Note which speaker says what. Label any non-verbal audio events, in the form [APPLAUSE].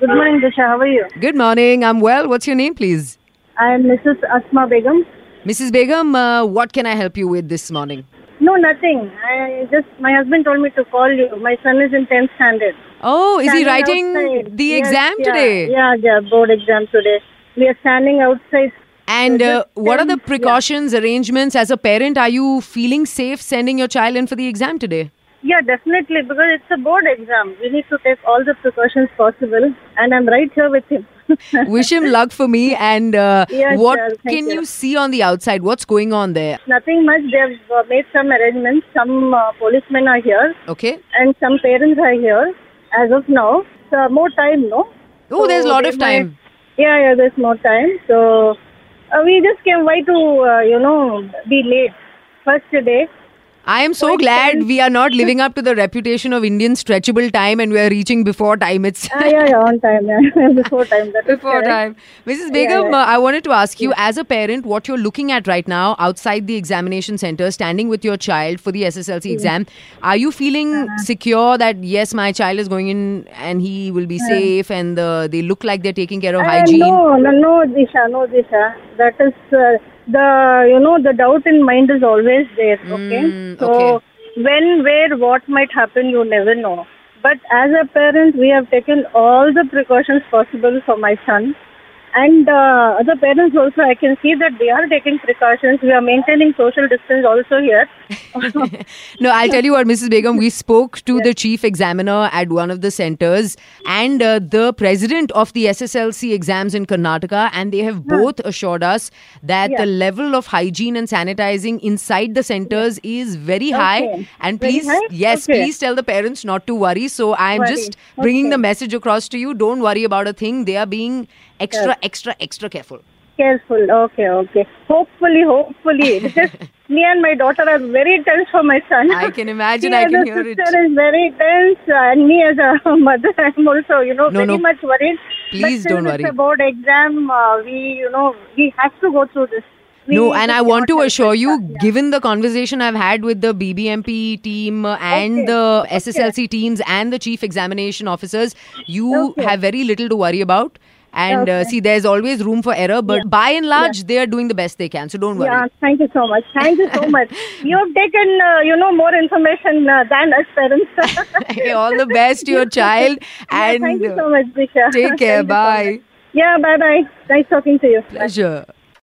Speaker 1: Good morning, Disha. How are you?
Speaker 2: Good morning. I'm well. What's your name, please?
Speaker 1: I am Mrs. Asma Begum.
Speaker 2: Mrs. Begum, uh, what can I help you with this morning?
Speaker 1: No, nothing. I just my husband told me to call you. My son is in tenth standard.
Speaker 2: Oh, is he
Speaker 1: Standing
Speaker 2: writing
Speaker 1: outside.
Speaker 2: the
Speaker 1: Yes,
Speaker 2: exam
Speaker 1: yeah,
Speaker 2: today?
Speaker 1: Yeah, yeah, board exam today. We are standing outside.
Speaker 2: And
Speaker 1: So
Speaker 2: uh,
Speaker 1: just
Speaker 2: what are the
Speaker 1: send- yeah.
Speaker 2: precautions, arrangements as a parent? Are you feeling safe sending your child in for the exam today?
Speaker 1: Yeah, definitely because it's a board exam. We need to take all the precautions possible, and I'm right here with him. [LAUGHS]
Speaker 2: Wish him luck for me. And uh,
Speaker 1: Yes,
Speaker 2: what
Speaker 1: sir. Thank
Speaker 2: can
Speaker 1: you.
Speaker 2: you see on the outside? What's going on there?
Speaker 1: Nothing much. They've uh, made some arrangements. Some uh, policemen are here,
Speaker 2: Okay.
Speaker 1: and some parents are here as of now. So more time, no?
Speaker 2: Oh, there's a lot
Speaker 1: they
Speaker 2: of time.
Speaker 1: might- yeah, yeah, there's more time. So uh, we just came why to uh, you know be late first day.
Speaker 2: I am so
Speaker 1: Quite
Speaker 2: glad
Speaker 1: tense.
Speaker 2: we are not living up to the reputation of Indian stretchable time and we are reaching before time. It's
Speaker 1: Ah, yeah, yeah, on time, yeah, [LAUGHS] before time. That is
Speaker 2: before
Speaker 1: correct.
Speaker 2: time. Mrs. Begum,
Speaker 1: yeah.
Speaker 2: uh, I wanted to ask you, as a parent, what you're looking at right now outside the examination center, standing with your child for the SSLC exam, are you feeling
Speaker 1: Uh-huh.
Speaker 2: secure that yes, my child is going in and he will be safe and the, they look like they're taking care of
Speaker 1: Ah,
Speaker 2: hygiene?
Speaker 1: Uh-huh. no, no, no, Disha, no, Disha. That is uh, the you know the doubt in mind is always there. Okay,
Speaker 2: Mm,
Speaker 1: so
Speaker 2: okay.
Speaker 1: when, where, what might happen, you never know. But as a parent, we have taken all the precautions possible for my son, and uh, other parents also. I can see that they are taking precautions. We are maintaining social distance also
Speaker 2: [LAUGHS]
Speaker 1: here.
Speaker 2: no, I'll tell you what, Mrs. Begum. We spoke to the chief examiner at one of the centers and uh, the president of the SSLC exams in Karnataka, and they have both assured us that
Speaker 1: Yeah.
Speaker 2: the level of hygiene and sanitizing inside the centers is very high.
Speaker 1: Okay.
Speaker 2: And
Speaker 1: Very
Speaker 2: please,
Speaker 1: high?
Speaker 2: yes,
Speaker 1: Okay.
Speaker 2: please tell the parents not to worry. So I'm
Speaker 1: Worry.
Speaker 2: just bringing
Speaker 1: Okay.
Speaker 2: the message across to you. Don't worry about a thing. They are being extra, extra, extra careful.
Speaker 1: Careful. Okay, okay. Hopefully, hopefully. [LAUGHS] Because me and my daughter are very tense for my son.
Speaker 2: I can imagine.
Speaker 1: Me
Speaker 2: I
Speaker 1: as
Speaker 2: can
Speaker 1: a
Speaker 2: hear it.
Speaker 1: sister is very tense, and me as a [LAUGHS] mother, I'm also, you know,
Speaker 2: No,
Speaker 1: very
Speaker 2: no.
Speaker 1: much worried.
Speaker 2: Please
Speaker 1: but still
Speaker 2: don't
Speaker 1: It's
Speaker 2: worry.
Speaker 1: a board exam. Uh, we, you know, we have to go through this. We
Speaker 2: no, and
Speaker 1: just
Speaker 2: I want to
Speaker 1: cannot
Speaker 2: assure
Speaker 1: help
Speaker 2: you,
Speaker 1: it. Yeah.
Speaker 2: given the conversation I've had with the BBMP team uh, and
Speaker 1: Okay.
Speaker 2: the SSLC teams and the chief examination officers, you
Speaker 1: Okay.
Speaker 2: have very little to worry about. And uh,
Speaker 1: Okay.
Speaker 2: see, there's always room for error, but by and large, they are doing the best they can. So don't worry.
Speaker 1: Yeah, thank you so much. Thank you so
Speaker 2: [LAUGHS]
Speaker 1: much. You have taken, uh, you know, more information uh, than us parents. [LAUGHS]
Speaker 2: Hey, [LAUGHS] All the best to your child.
Speaker 1: Yeah,
Speaker 2: and
Speaker 1: [LAUGHS] thank you
Speaker 2: uh,
Speaker 1: so much, Disha.
Speaker 2: take care.
Speaker 1: Thank you so
Speaker 2: Bye.
Speaker 1: much. yeah, bye bye. Nice talking to you. Bye.
Speaker 2: Pleasure.